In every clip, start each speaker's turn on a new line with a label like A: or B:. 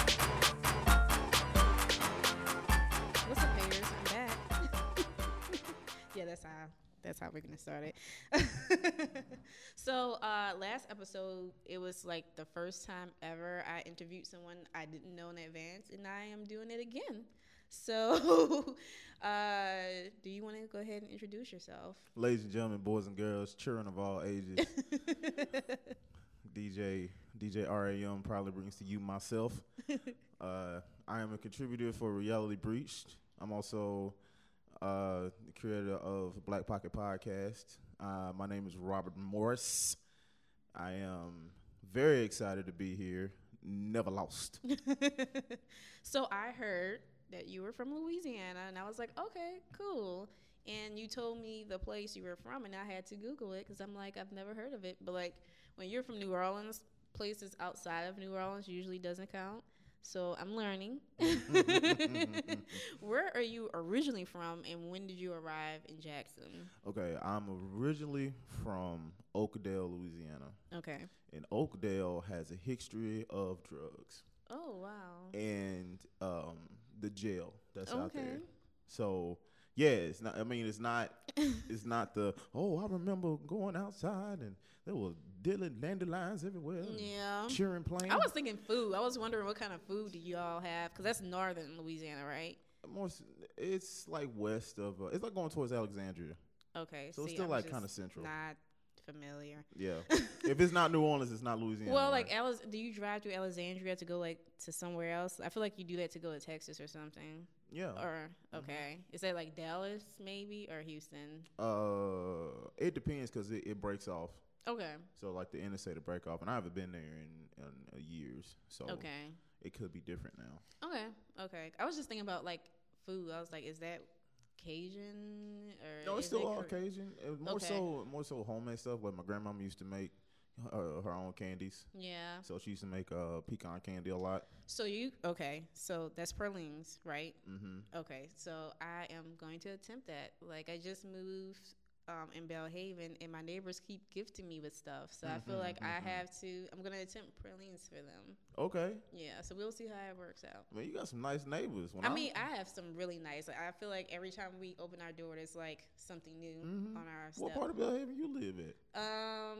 A: That's how we're gonna start it. so uh, last episode, it was like the first time ever I interviewed someone I didn't know in advance, and I am doing it again. So, uh, do you want to go ahead and introduce yourself?
B: Ladies and gentlemen, boys and girls, children of all ages, DJ DJ RAM probably brings to you myself. uh, I am a contributor for Reality Breached. I'm also uh, the creator of Black Pocket Podcast. Uh, my name is Robert Morris. I am very excited to be here. Never lost.
A: So I heard that you were from Louisiana, and I was like, okay, cool. And you told me the place you were from, and I had to Google it because I'm like, I've never heard of it. But like, when you're from New Orleans, places outside of New Orleans usually doesn't count. So I'm learning. Where are you originally from, and when did you arrive in Jackson?
B: okay, I'm originally from Oakdale, Louisiana,
A: Okay.
B: and Oakdale has a history of drugs.
A: Oh wow.
B: and um, the jail that's out there.
A: Okay.
B: So yeah, it's not. I mean, it's not. it's not the. Oh, I remember going outside and there were dilly dandelions everywhere. and
A: Yeah.
B: cheering playing.
A: I was thinking food. I was wondering what kind of food do you all have? Because that's northern Louisiana, right?
B: More s- it's like west of. Uh, it's like going towards Alexandria.
A: Okay.
B: So it's
A: see,
B: still,
A: I'm
B: like,
A: just
B: kinda central.
A: Not familiar.
B: Yeah. if it's not New Orleans, it's not Louisiana.
A: Well, like, eh,
B: right?
A: Alex, do you drive through Alexandria to go like to somewhere else? I feel like you do that to go to Texas or something.
B: yeah.
A: Or okay, is that like Dallas maybe or Houston?
B: Uh, it depends because it, it breaks off.
A: Okay.
B: So like the interstate will break off, and I haven't been there in, in uh, years. So
A: Okay.
B: it could be different now.
A: Okay. Okay. I was just thinking about like food. I was like, is that Cajun or
B: No, it's
A: is it
B: still all
A: Kor-
B: Cajun. Uh, More
A: Okay.
B: so, more so homemade stuff. Like my grandmom used to make her, her own candies.
A: Yeah.
B: So she used to make uh, pecan candy a lot.
A: So you okay? So that's Perlings, right? Mm-hmm. Okay, so I am going to attempt that. Like I just moved um, in Bellhaven, and my neighbors keep gifting me with stuff, so I feel
B: Mm-hmm,
A: like I have to. I'm gonna attempt Perlings for them.
B: Okay,
A: Yeah, so we'll see how it works out.
B: man, you got some nice neighbors. When
A: I mean, I have some really nice. Like, I feel like every time we open our door, there's like something new on our
B: Mm-hmm. what
A: step.
B: part of Bellhaven you live at?
A: Um,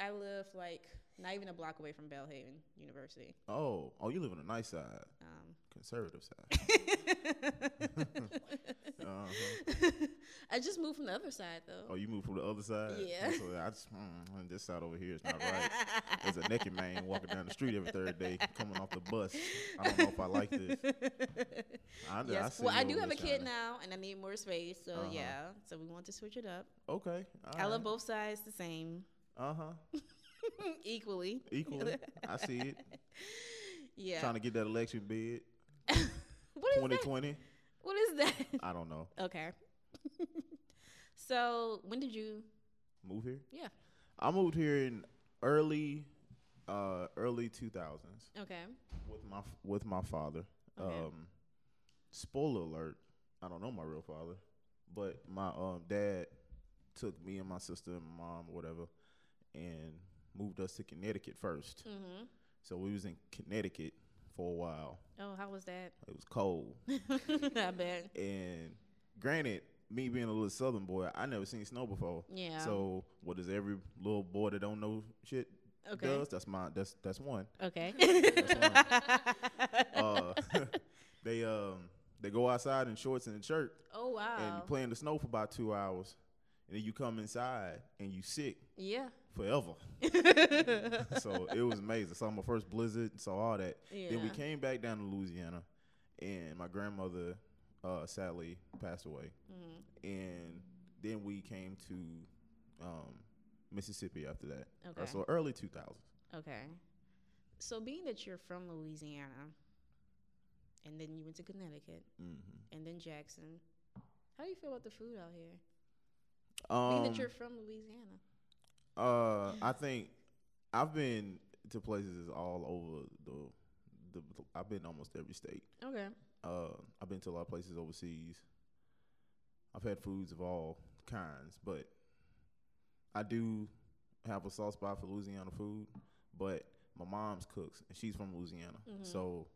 A: I live like not even a block away from Bellhaven University.
B: Oh, oh, you live on the nice side,
A: Um,
B: conservative side. Uh-huh.
A: I just moved from the other side though.
B: Oh, you moved from the other side.
A: Yeah.
B: That's what I just mm, this side over here is not right. There's a naked man walking down the street every third day, coming off the bus. I don't know if I like this. I,
A: Yes.
B: see
A: well, I
B: you
A: do
B: over
A: have a
B: there,
A: kid
B: China.
A: now, and I need more space. So
B: Uh-huh.
A: yeah. So we want to switch it up.
B: Okay.
A: I love both sides the same,
B: Uh huh.
A: equally.
B: Equally, I see it.
A: Yeah.
B: Trying to get that election bid,
A: what is
B: twenty
A: that?
B: twenty.
A: What is that?
B: I don't know.
A: okay. so when did you?
B: Move here.
A: Yeah.
B: I moved here in early, uh, early two thousands
A: Okay.
B: with my with my father.
A: Okay.
B: Um, spoiler alert: I don't know my real father, but my um dad took me and my sister and my mom, whatever, and moved us to Connecticut 1st
A: Mm. mm-hmm.
B: So we was in Connecticut for a while.
A: Oh, how was that?
B: It was cold.
A: I bet.
B: And granted, me being a little southern boy, I never seen snow before.
A: Yeah.
B: So what does every little boy that don't know shit
A: Okay.
B: does? That's my that's that's one.
A: Okay.
B: Uh, they um they go outside in shorts and a shirt
A: oh
B: and
A: wow.
B: you play in the snow for about two hours. And then you come inside and you sick
A: yeah.
B: forever. Mm-hmm. so it was amazing. Saw my first blizzard, saw all that. Then we
A: Yeah.
B: came back down to Louisiana, and my grandmother uh, sadly passed away.
A: Mm-hmm.
B: And then we came to um, Mississippi after that.
A: Okay.
B: So early 2000s.
A: Okay. So being that you're from Louisiana, and then you went to Connecticut,
B: Mm-hmm.
A: and then Jackson, how do you feel about the food out here? Being
B: Um,
A: that you're from Louisiana.
B: uh, I think I've been to places all over the. The, I've been to almost every state.
A: Okay.
B: Uh, I've been to a lot of places overseas. I've had foods of all kinds, but I do have a soft spot for Louisiana
A: Mm-hmm.
B: food. But my mom's cooks, and she's from Louisiana, so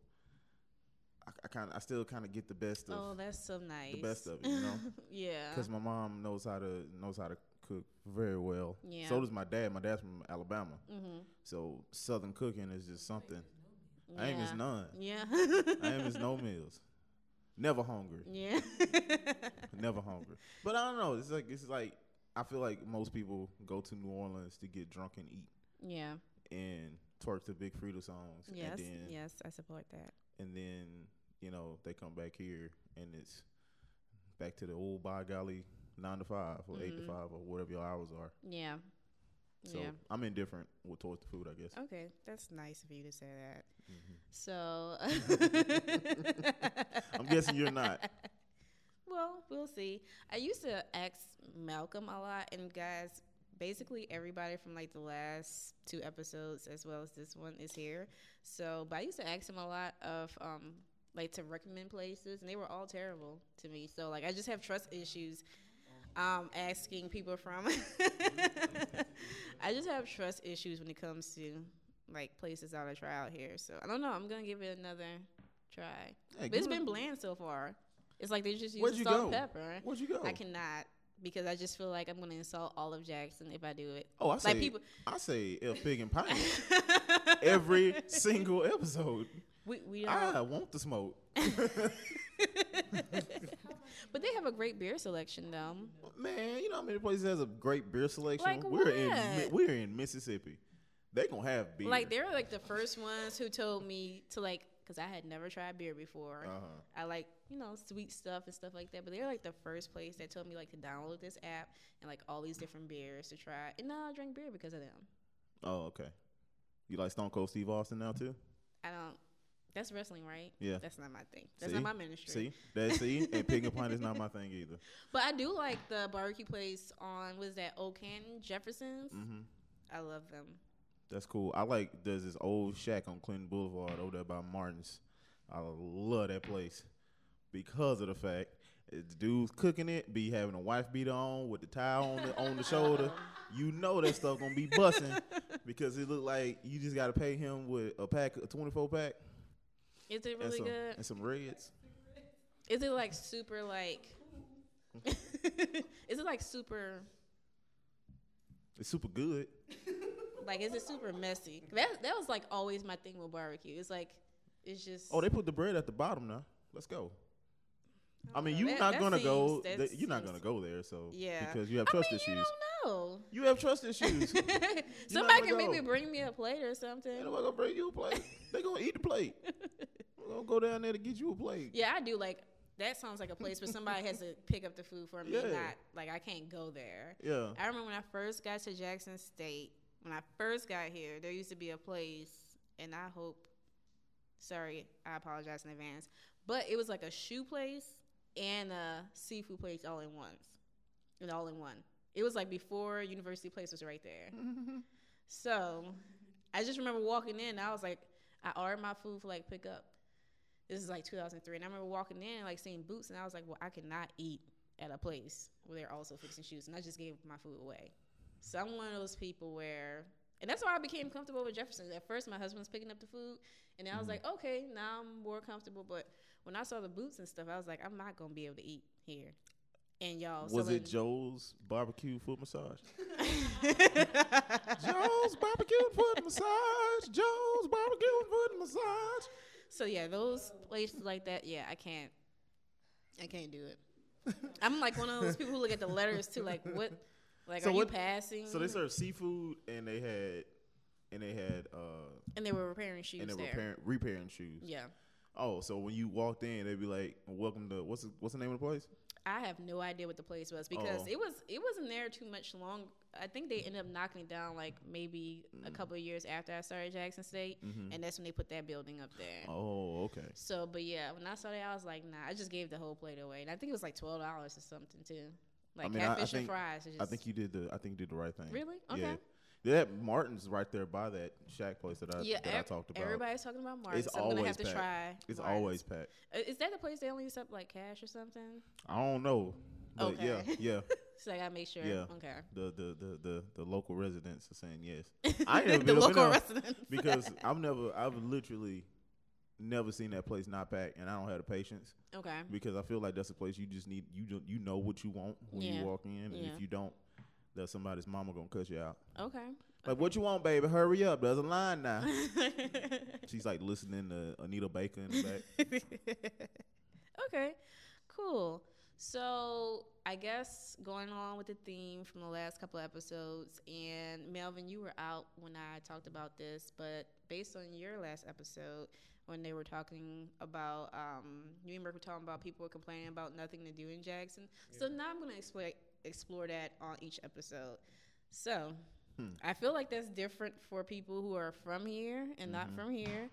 B: I, I kind of I still kind of get the best of
A: Oh, that's so nice.
B: the best of it, you know,
A: yeah.
B: because my mom knows how to knows how to cook very well.
A: Yeah.
B: So does my dad. My dad's from Alabama,
A: mm-hmm.
B: so Southern cooking is just something. I ain't
A: yeah.
B: miss none.
A: Yeah.
B: I ain't miss no meals. Never hungry.
A: Yeah.
B: Never hungry. But I don't know. It's like it's like I feel like most people go to New Orleans to get drunk and eat
A: yeah.
B: and twerk to Big Frida songs.
A: Yes.
B: And then
A: Yes, I support that.
B: and then, you know, they come back here and it's back to the old by golly nine to five or eight to
A: Mhm.
B: five or whatever your hours are.
A: Yeah.
B: So
A: yeah. Uh,
B: I'm indifferent with towards the food, I guess.
A: Okay, that's nice of you to say that.
B: Mhm.
A: So
B: I'm guessing you're not.
A: Well, we'll see. I used to ask Malcolm a lot, and guys, basically everybody from like the last two episodes, as well as this one, is here. So, but I used to ask him a lot of um, like to recommend places, and they were all terrible to me. So, like, I just have trust issues. Um, asking people from, I just have trust issues when it comes to like places I want to try out here. So I don't know. I'm gonna give it another try.
B: Hey,
A: But it's
B: give it a-
A: been bland so far. It's like they just
B: Where'd
A: use
B: you
A: salt and
B: go?
A: pepper.
B: Where'd you go?
A: I cannot because I just feel like I'm gonna insult all of Jackson if I do it.
B: oh, I say
A: like people-
B: I say El Pig and Pine every Ah. single episode.
A: we we
B: I
A: don't.
B: want the smoke.
A: but they have a great beer selection though.
B: Man, you know how many places has a great beer selection?
A: Like
B: we're in Mi-
A: what?
B: we're in Mississippi. They gonna have beer.
A: Like they're like the first ones who told me to like because I had never tried beer before.
B: Uh-huh.
A: I like you know sweet stuff and stuff like that. But they're like the first place that told me like to download this app and like all these different beers to try. And now I drink beer because of them.
B: Oh, okay. You like Stone Cold Steve Austin now too?
A: I don't. That's wrestling, right?
B: Yeah.
A: That's not my thing. That's
B: See?
A: not my ministry.
B: See that? See and pig and pint is not my thing either.
A: But I do like the barbecue place on was that Old Canton Jefferson's.
B: hmm
A: I love them.
B: That's cool. I like there's this old shack on Clinton Boulevard over there by Martin's. I love that place because of the fact that the dude's cooking it, be having a wife beater on with the tie on the, on the shoulder. You know that stuff gonna be busting because it look like you just gotta pay him with a pack, a 24 pack,
A: Is it
B: and
A: really
B: some
A: good?
B: and some reds.
A: Is it like super like? is it like super?
B: It's super good.
A: Like, is it super messy? That that was like always my thing with barbecue. It's like, it's just.
B: Oh, they put the bread at the bottom now. Let's go. I mean,
A: know.
B: you're
A: Oh, That-
B: not
A: that
B: gonna go.
A: seems- that
B: th- you're not
A: seems-
B: gonna go there, so
A: Yeah.
B: because you have
A: I
B: trust
A: mean,
B: issues.
A: You don't know.
B: You have trust issues.
A: Somebody
B: gonna
A: can maybe
B: go.
A: bring me a plate or something.
B: Ain't nobody gonna bring you a plate. they gonna eat the plate. We're gonna go down there to get you a plate.
A: Yeah, I do like that sounds like a place where somebody has to pick up the food for me.
B: Yeah.
A: Not like I can't go there.
B: Yeah.
A: I remember when I first got to Jackson State, when I first got here, there used to be a place and I hope sorry, I apologize in advance. But it was like a shoe place and a seafood place all in once. And all in one. It was like before University Place was right there. Oh, So I just remember walking in. I was like, I ordered my food for like pickup. This is like 2003, and I remember walking in like seeing boots, and I was like, well, I cannot eat at a place where they're also fixing shoes, and I just gave my food away. So I'm one of those people where, and that's why I became comfortable with Jefferson's. At first, my husband was picking up the food, and I was like,
B: Mm-hmm.
A: okay, now I'm more comfortable. But when I saw the boots and stuff, I was like, I'm not gonna be able to eat here. And y'all
B: Was
A: selling-
B: it Joe's barbecue foot massage? Joe's barbecue foot massage. Joe's barbecue foot massage.
A: So yeah, those places like that, yeah, I can't, I can't do it. I'm like one of those people who look at the letters too, like what, like
B: So
A: are
B: what-
A: you passing?
B: So they served seafood and they had and they had uh
A: and they were repairing shoes
B: and they were
A: there.
B: repairing, repairing shoes.
A: yeah,
B: Oh, so when you walked in, they'd be like, "Welcome to what's the, what's the name of the place?"
A: I have no idea what the place was because
B: Oh.
A: it was it wasn't there too much long. I think they ended up knocking it down like maybe a
B: Mm.
A: couple of years after I started Jackson State, and that's when they put that building up there.
B: Mm-hmm. Oh, okay.
A: So, but yeah, when I saw that, I was like, nah, I just gave the whole plate away, and I think it was like twelve dollars or something too, like
B: mean, I- I
A: catfish
B: think-
A: and fries. It's
B: I
A: just-
B: think you did the I think you did the right thing.
A: Really?
B: Yeah.
A: Okay.
B: They had Martin's right there by that shack place that I that I
A: ev-
B: talked about.
A: Everybody's talking about Martin's.
B: It's
A: so I'm gonna have
B: always
A: to
B: packed.
A: try.
B: It's
A: Martin's.
B: always packed.
A: Uh, Is that the place they only accept like cash or something?
B: I don't know, but yeah,
A: Okay.
B: yeah.
A: So I gotta make sure.
B: Yeah.
A: Okay.
B: The, the the the the local residents are saying yes. I
A: the
B: ain't never been up in
A: local
B: there
A: residents.
B: because I've never I've literally never seen that place not packed, and I don't have the patience
A: Okay.
B: because I feel like that's a place you just need you don't, you know what you want when
A: Yeah.
B: you walk in, and
A: Yeah.
B: if you don't, that somebody's mama gonna cut you out.
A: Okay.
B: Like, what you want, baby? Hurry up! There's a line now.
A: okay.
B: She's like listening to Anita Baker in the back.
A: Cool. So I guess going along with the theme from the last couple of episodes, and Melvin, you were out when I talked about this, but based on your last episode, when they were talking about um, you and Merk were talking about people were complaining about nothing to do in Jackson. So now I'm going to explore explore that on each episode. So
B: Hmm.
A: I feel like that's different for people who are from here and
B: Mm-hmm.
A: not from here.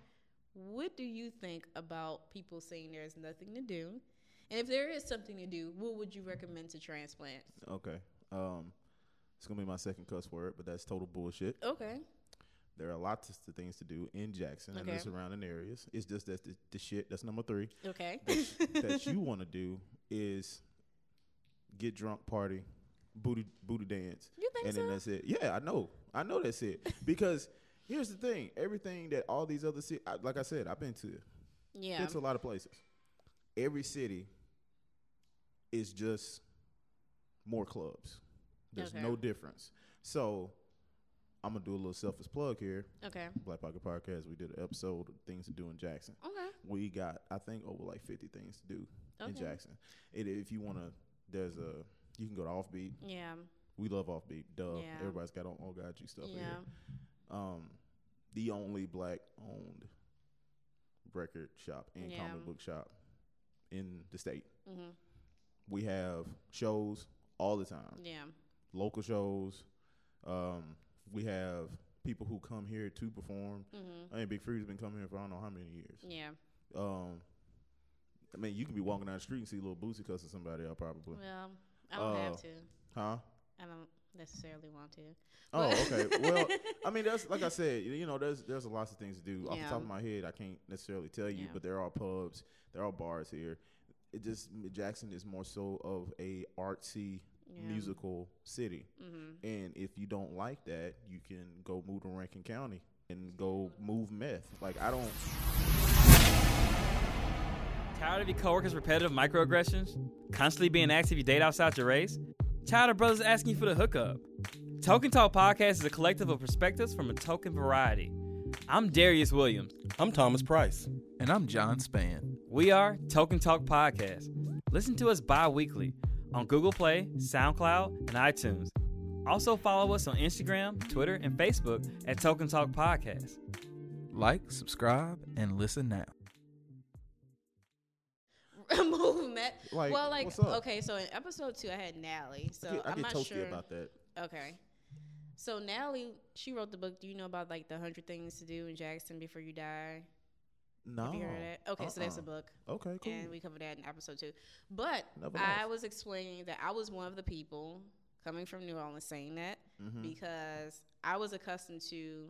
A: What do you think about people saying there's nothing to do? And if there is something to do, what would you recommend to transplants?
B: Okay. Um, it's gonna be my second cuss word, but that's total bullshit.
A: Okay.
B: There are lots of things to do in Jackson and
A: Okay.
B: the surrounding areas. It's just that the, the shit that's number three
A: Okay.
B: that you want to do is get drunk, party, booty booty dance,
A: You think
B: and then
A: so?
B: that's it. Yeah, I know, I know that's it. Because here's the thing: everything that all these other cities, like I said, I've been to,
A: Yeah.
B: been to a lot of places. Every city is just more clubs. There's
A: Okay.
B: no difference. So I'm gonna do a little selfish plug here.
A: Okay.
B: Black Pocket Podcast. We did an episode of things to do in Jackson.
A: Okay.
B: We got I think over like 50 things to do in
A: Okay.
B: Jackson. It, if you wanna, there's a you can go to Offbeat.
A: Yeah.
B: We love Offbeat. Duh.
A: Yeah.
B: Everybody's got on all God you stuff. in
A: Yeah.
B: Here. Um, the only black owned record shop and
A: Yeah.
B: comic book shop in the state.
A: Mhm.
B: We have shows all the time,
A: Yeah.
B: local shows. Um, we have people who come here to perform.
A: Mhm.
B: I mean, Big Free's been coming here for I don't know how many years.
A: Yeah.
B: Um, I mean, you can be walking down the street and see little Boosie cussing somebody out, probably.
A: Well, I don't
B: Uh,
A: have to.
B: Huh?
A: I don't necessarily want to.
B: Oh,
A: But-
B: okay. Well, I mean, that's like I said. You know, there's there's lots of things to do. Off the
A: Yeah.
B: top of my head, I can't necessarily tell you,
A: Yeah.
B: but there are pubs, there are bars here. It just Jackson is more so of a artsy
A: Yeah.
B: musical city,
A: Mhm.
B: and if you don't like that, you can go move to Rankin County and go move meth. Like I don't.
C: Tired of your coworkers' repetitive microaggressions? Constantly being asked if you date outside your race? Tired of brothers asking you for the hookup? Token Talk Podcast is a collective of perspectives from a token variety. I'm Darius Williams.
D: I'm Thomas Price. And I'm John Span.
C: We are Token Talk Podcast. Listen to us bi weekly on Google Play, SoundCloud, and iTunes. Also, follow us on Instagram, Twitter, and Facebook at Token Talk Podcast.
D: Like, subscribe, and listen now.
A: movement.
B: Like,
A: well, like
B: what's up?
A: okay, so in episode two, I had Natalie. So
B: I get, I
A: am
B: get
A: not
B: toasty
A: sure.
B: about that.
A: Okay, so Natalie, she wrote the book. Do you know about like the hundred things to do in Jackson before you die?
B: No.
A: Have you heard of that? Okay, so that's a
B: Uh-uh.
A: book,
B: Okay, cool.
A: and we covered that in episode two. But
B: Never
A: I
B: lost.
A: was explaining that I was one of the people coming from New Orleans saying that
B: Mm-hmm,
A: because I was accustomed to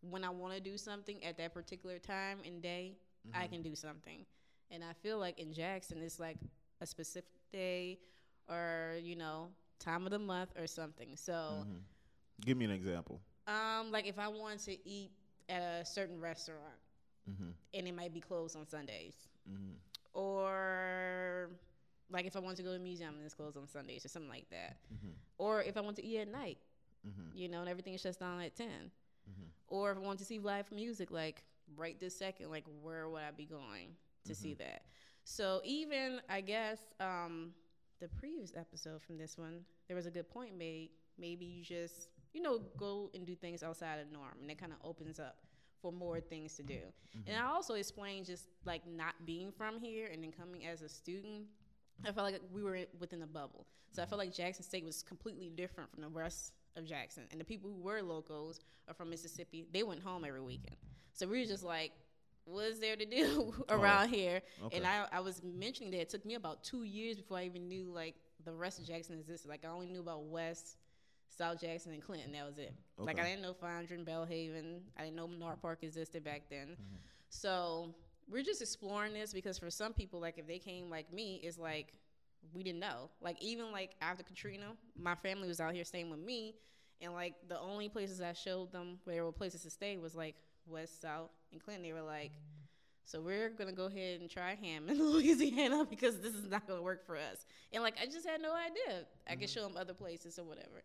A: when I want to do something at that particular time and day, I can do something. And I feel like in Jackson, it's like a specific day or, you know, time of the month or something. So,
B: mm-hmm. Give me an example.
A: um, like if I want to eat at a certain restaurant
B: Mm-hmm,
A: and it might be closed on Sundays, or like if I want to go to a museum and it's closed on Sundays or something like that,
B: mm-hmm,
A: or if I want to eat at night, you know, and everything shuts down at 10. Or if I want to see live music, like right this second, like where would I be going to see that? So even I guess um, the previous episode from this one, there was a good point made. Maybe you just you know go and do things outside of norm, and it kind of opens up for more things to do. And I also explained just like not being from here and then coming as a student. I felt like we were within a bubble. So I felt like Jackson State was completely different from the rest of Jackson. And the people who were locals or from Mississippi, they went home every weekend. So we were just like, what is there to do around here?
B: okay.
A: And I, I was mentioning that it took me about two years before I even knew like the rest of Jackson existed. Like I only knew about West, South Jackson, and Clinton. That was it. Like I
B: Okay.
A: didn't know Fondren, Bellhaven. I didn't know North Park existed back then. So we're just exploring this because for some people, like if they came like me, it's like we didn't know. Like even like after Katrina, my family was out here staying with me, and like the only places I showed them where there were places to stay was like West, South, and Clinton. They were like, So we're gonna go ahead and try ham in Louisiana because this is not gonna work for us. And like I just had no idea. I could show them other places or whatever.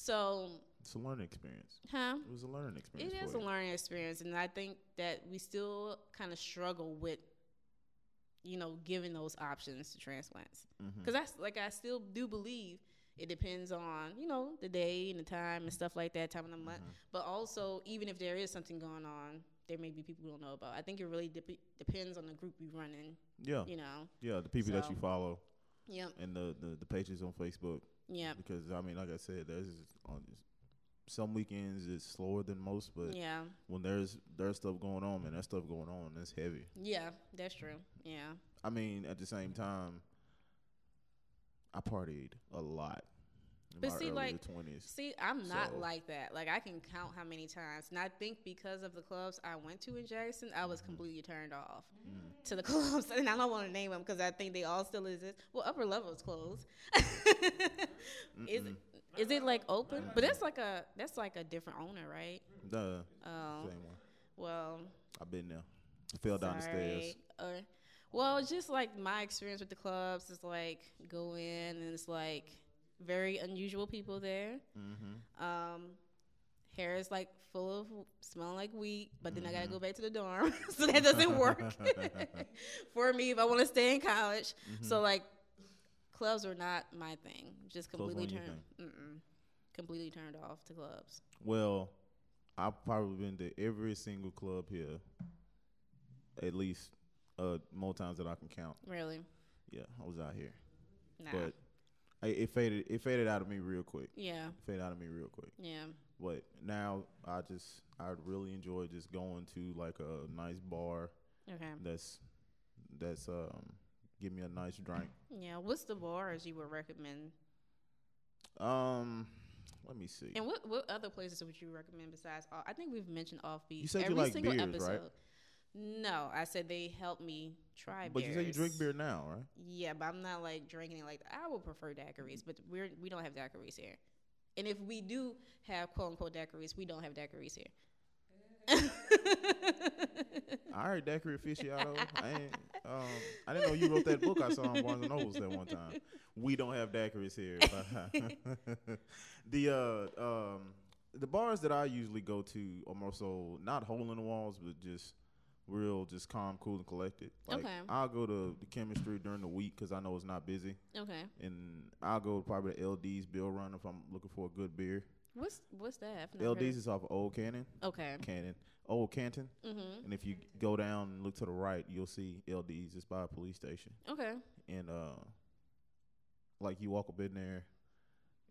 A: So,
B: It's a learning experience.
A: huh?
B: It was a learning
A: It
B: experience.
A: is
B: for
A: a
B: you.
A: learning experience, and I think that we still kind of struggle with, you know, giving those options to transplants.
B: Mhm.
A: Because that's like I still do believe it depends on you know the day and the time and stuff like that, time of the month. But also, even if there is something going on, there may be people we don't know about. I think it really dep depends on the group you run in.
B: Yeah,
A: You know,
B: yeah. The people that
A: So-
B: you follow
A: yep,
B: and the, the the pages on Facebook.
A: yep,
B: Because I mean, like I said, there's on some weekends it's slower than most, but
A: yeah,
B: when there's there's stuff going on, man, there's stuff going on. That's heavy.
A: yeah. That's true. Yeah,
B: I mean, at the same time, I partied a lot. In
A: But
B: my
A: see,
B: early
A: like,
B: twenties.
A: See, I'm not
B: So-
A: like that. Like I can count how many times, and I think because of the clubs I went to in Jackson, I
B: Mm-hmm.
A: was completely turned off to the clubs, and I don't want to name them because I think they all still exist. Well, upper level is closed. is it, is it like open? But that's like a that's like a different owner, right?
B: The
A: Um,
B: same one.
A: well,
B: I've been there. Fell down the stairs.
A: Sorry. Or, well, it's just like my experience with the clubs is like go in and it's like very unusual people there.
B: Mm-hmm.
A: Um, hair is like full of smelling like wheat, but then I gotta
B: Mm-hmm.
A: go back to the dorm, so that doesn't work for me if I want to stay in college.
B: Mm-hmm.
A: So like, clubs were not my thing. Just
B: Clubs
A: completely
B: weren't your
A: turned, mm-mm, completely turned off to clubs.
B: Well, I've probably been to every single club here, at least uh, more times that I can count.
A: Really,
B: Yeah, I was out here,
A: nah.
B: but I, it faded. It faded out of me real quick.
A: yeah,
B: It faded out of me real quick.
A: yeah,
B: But now I just I really enjoy just going to like a nice bar
A: okay,
B: that's that's um give me a nice drink.
A: yeah. What's the bars you would recommend
B: Um, let me see.
A: And what what other places would you recommend besides? Off? I think we've mentioned offbeat.
B: You said you
A: every
B: like
A: single
B: beers, right?
A: episode. No, I said they helped me try.
B: But you say you drink
A: beers.
B: beer now, right?
A: Yeah, but I'm not like drinking it like that. I would prefer daiquiris, but we're we don't have daiquiris here. And if we do have quote unquote daiquiris, we don't have daiquiris here.
B: All right, Daiquiri aficionado. I ain't, um, I didn't know you wrote that book I saw on Barnes and Nobles that one time. We don't have daiquiris here. the uh, um, the bars that I usually go to are more so not hole in the walls, but just real, just calm, cool, and collected. Like
A: Okay.
B: I'll go to the chemistry during the week because I know it's not busy,
A: okay,
B: and I'll go probably to LD's Bill Run if I'm looking for a good beer.
A: what's what's that? I've not heard of-
B: LD's is off of Old Cannon,
A: Okay.
B: Cannon, Old Canton.
A: Mm-hmm.
B: And if you go down and look to the right, you'll see LD's. It's by a police station,
A: Okay.
B: and uh, like you walk up in there,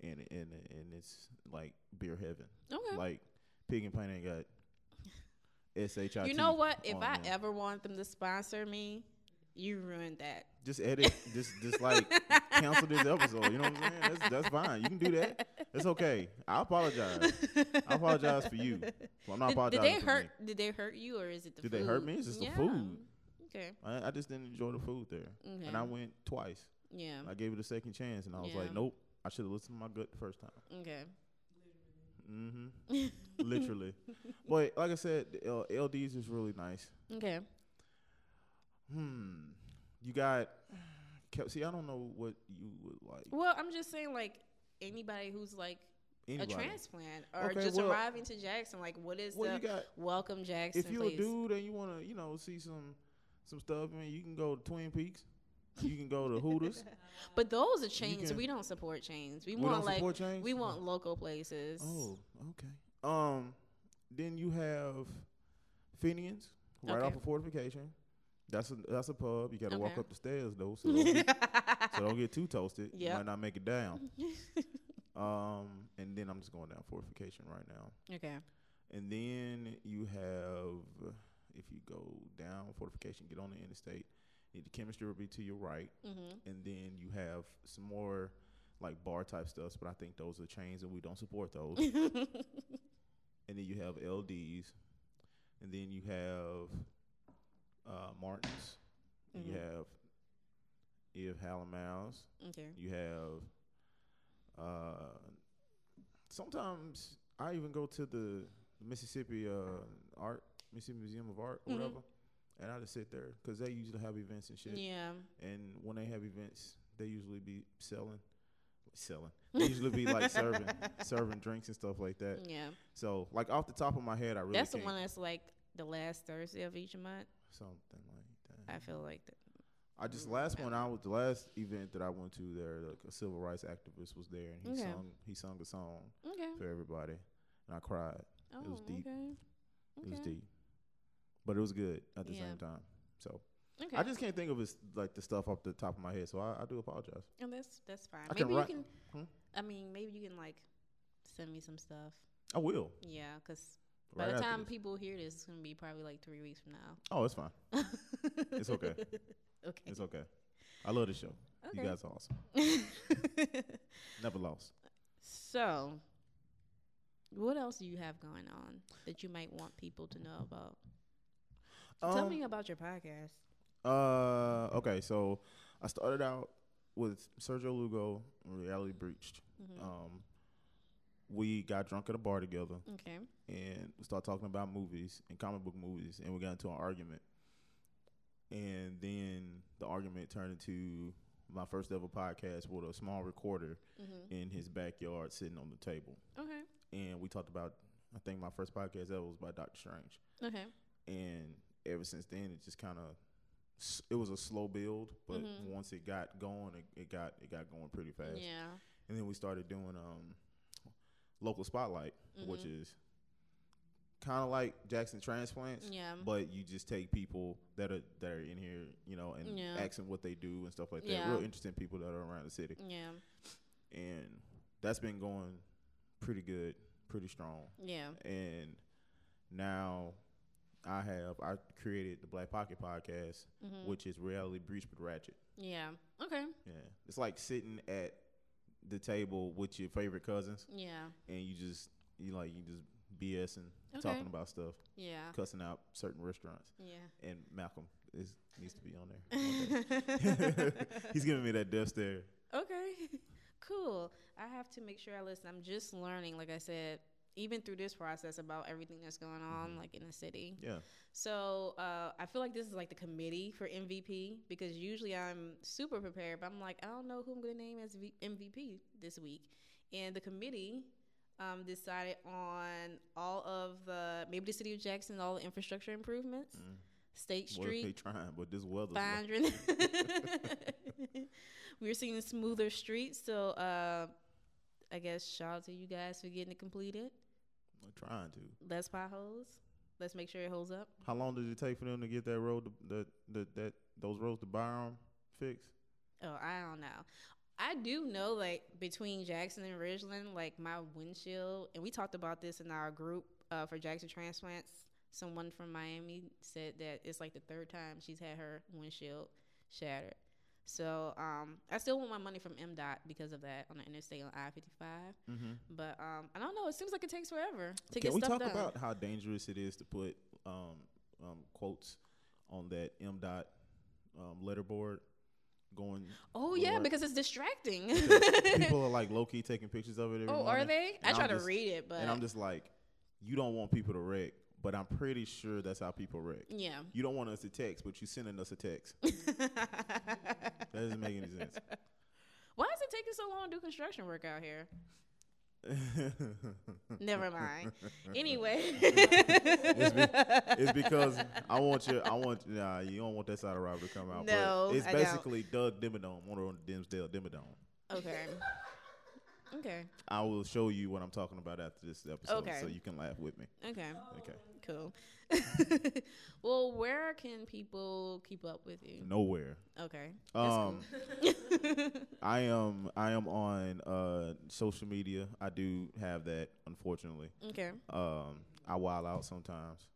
B: and and and it's like beer heaven.
A: Okay.
B: Like Pig and Paint ain't got S H I.
A: you know what? If I ever want them to sponsor me, you ruined that.
B: just edit, just just like cancel this episode. You know what I'm saying? That's that's fine. You can do that. It's okay. I apologize. I apologize for you. Well, I'm not
A: Did, did
B: apologizing.
A: they
B: for
A: hurt?
B: Me.
A: Did they hurt you, or is it the
B: Did
A: food?
B: they hurt me? It's just the food.
A: Okay.
B: I, I just didn't enjoy the food there,
A: Okay.
B: and I went twice.
A: Yeah.
B: I gave it a second chance, and I was
A: Yeah.
B: like, nope, I should have listened to my gut the first time.
A: okay.
B: Mm-hmm. Literally. But like I said, the L- LDs is really nice.
A: Okay.
B: Hmm. You got. Ke- See, I don't know what you would like.
A: Well, I'm just saying, like anybody who's like
B: Anybody.
A: a transplant or
B: Okay,
A: just
B: well-
A: arriving to Jackson, like what is
B: Well,
A: the
B: you got.
A: welcome Jackson?
B: If you're
A: place?
B: a dude and you want to, you know, see some some stuff, man, you can go to Twin Peaks. You can go to Hooters.
A: but those are chains.
B: can-
A: We don't support chains. We,
B: We
A: want
B: don't
A: like
B: support chains?
A: we want local places.
B: oh, okay. Um, then you have Finian's right
A: Okay.
B: off of fortification. That's a that's a pub. You got to walk
A: Okay.
B: up the stairs though, so don't get so don't get too toasted. You
A: Yep.
B: might not make it down. um, and then I'm just going down fortification right now.
A: okay.
B: And then you have, if you go down fortification, get on the interstate. The chemistry will be to your right,
A: Mm-hmm.
B: and then you have some more like bar type stuffs, but I think those are chains, and we don't support those. and then you have LDs, and then you have uh, Martins, and
A: Mhm.
B: you have Eve Hallamals,
A: Mm, Okay.
B: you have uh, sometimes I even go to the Mississippi uh, Art Mississippi Museum of Art, or
A: Mhm.
B: whatever. and I just sit there because they usually have events and shit.
A: Yeah.
B: And when they have events, they usually be selling, selling. They usually be like serving, serving drinks and stuff like that.
A: Yeah.
B: So like off the top of my head, I really
A: that's the
B: can't-
A: one that's like the last Thursday of each month.
B: something like that.
A: I feel like that.
B: I just last one I was the last event that I went to there, like a civil rights activist was there and he
A: Okay.
B: sung he sung a song
A: Okay.
B: for everybody and I cried.
A: Oh,
B: was deep.
A: Okay.
B: It was
A: Okay.
B: deep. But it was good at the
A: Yeah.
B: same time. So
A: Okay.
B: I just can't think of his, like the stuff off the top of my head, so I, I do apologize.
A: and Oh, that's that's fine.
B: I
A: maybe
B: can
A: you
B: write-
A: can.
B: Hmm?
A: I mean, maybe you can like send me some stuff.
B: I will.
A: Yeah, because by
B: right
A: the
B: after
A: time
B: this.
A: people hear this, it's gonna be probably like three weeks from now.
B: Oh, it's fine. It's okay.
A: okay.
B: It's okay. I love the show. You
A: Okay.
B: guys are awesome. Never lost.
A: so, what else do you have going on that you might want people to know about? Tell
B: Um,
A: me about your podcast.
B: Uh, okay, so I started out with Sergio Lugo, and Reality Breached.
A: Mm. Mm-hmm.
B: Um, we got drunk at a bar together
A: Okay.
B: and we started talking about movies and comic book movies, and we got into an argument. And then the argument turned into my first ever podcast with a small recorder in his backyard sitting on the table.
A: Mm-hmm. Okay.
B: And we talked about, I think my first podcast ever was about Doctor Strange
A: Okay.
B: and ever since then it just kind of it was a slow build but once it got going it, it got it got going pretty fast
A: Mm-hmm. Yeah.
B: and then we started doing um local spotlight which
A: Mm-hmm.
B: is kind of like jackson transplants
A: Yeah.
B: but you just take people that are that are in here you know and
A: Yeah.
B: ask them what they do and stuff like that
A: Yeah.
B: real interesting people that are around the city
A: Yeah.
B: and that's been going pretty good pretty strong
A: Yeah.
B: and now I have I created the Black Pocket Podcast,
A: Mm.
B: which is reality breach with ratchet.
A: Mm-hmm. Yeah. Okay.
B: Yeah, it's like sitting at the table with your favorite cousins,
A: Yeah.
B: and you just you like you just BSing,
A: Okay. Ah.
B: talking about stuff,
A: Yeah.
B: cussing out certain restaurants,
A: Yeah.
B: and Malcolm is needs to be on there. one day. He's giving me that death stare.
A: Okay. cool. I have to make sure I listen. I'm just learning, like I said, even through this process about everything that's going on,
B: Mm-hmm.
A: like in the city.
B: Yeah,
A: So uh, I feel like this is like the committee for MVP because usually I'm super prepared, but I'm like, I don't know who I'm going to name as v- MVP this week. And the committee um, decided on all of the, maybe the city of Jackson, all the infrastructure improvements, state
B: what if
A: street,
B: they trying? But this weather's like,
A: 500. we were seeing smoother streets, so uh, I guess shout out to you guys for getting it completed.
B: I'm trying to.
A: Less potholes. Let's make sure it holds up.
B: How long did it take for them to get that road, to, that that that those roads to Byram fixed?
A: Oh, I don't know. I do know, like between Jackson and Ridgeland, like my windshield, and we talked about this in our group uh, for Jackson transplants. Someone from Miami said that it's like the third time she's had her windshield shattered. So um, I still want my money from MDOT because of that on the interstate on I fifty five. But um, I don't know. It seems like it takes forever to
B: Can
A: get
B: we
A: stuff
B: talk
A: done.
B: about how dangerous it is to put um, um, quotes on that M dot um, letterboard? Going.
A: oh
B: to
A: yeah,
B: work?
A: because it's distracting.
B: people are like low key taking pictures of it. Every
A: oh, are
B: morning,
A: they?
B: and
A: I
B: I'm
A: try to
B: just-
A: read it, but
B: And I'm just like, you don't want people to wreck, but I'm pretty sure that's how people wreck.
A: yeah.
B: You don't want us to text, but you sending us a text. That doesn't make any sense.
A: Why is it taking so long to do construction work out here? Never mind. Anyway,
B: It's, be- it's because I want you. I want nah. You don't want that side of robbery to come out.
A: No,
B: but it's
A: I don't.
B: basically Doug Dimmadome, one of the Dimsdale Dimmadome.
A: okay, okay,
B: I will show you what I'm talking about after this episode,
A: Okay. Oh.
B: so you can laugh with me.
A: okay,
B: Okay.
A: cool. well, where can people keep up with you?
B: Nowhere.
A: Okay, that's
B: Um, I am. I am on uh, social media. I do have that, unfortunately.
A: cool. okay,
B: Um, I wild out sometimes.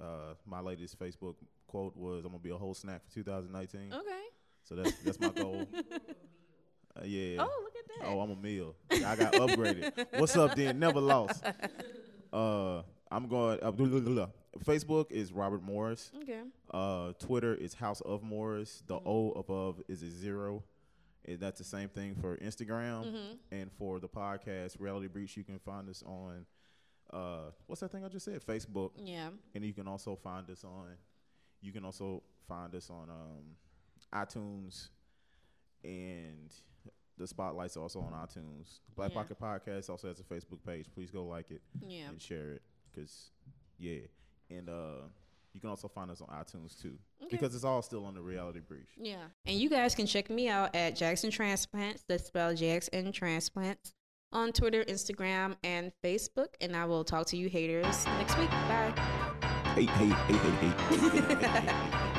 B: Uh, my latest Facebook quote was, "I'm gonna be a whole snack for 2019."
A: okay.
B: So that's that's my goal. Uh, yeah.
A: Oh, look at that.
B: Oh, I'm a meal. I got upgraded. What's up, then? Never lost. Uh, I'm going. Uh, blah, blah, blah, blah. Facebook is Robert Morris.
A: okay,
B: Uh, Twitter is House of Morris. The O above is a zero. And that's the same thing for Instagram and for the podcast Reality Breach. You can find us on uh, what's that thing I just said? Facebook,
A: yeah,
B: and you can also find us on You can also find us on um, iTunes, and the spotlight's also on iTunes. Black
A: Yeah.
B: Pocket Podcast also has a Facebook page. Please go like it
A: Yeah.
B: and share it, cause yeah, and uh, you can also find us on iTunes too,
A: Okay.
B: because it's all still on the Reality Breach.
A: Yeah. And you guys can check me out at Jackson Transplants, that's spelled Jackson Transplants, on Twitter, Instagram, and Facebook. And I will talk to you haters next week. Bye.
B: Hey, hey, hey, hey, hey.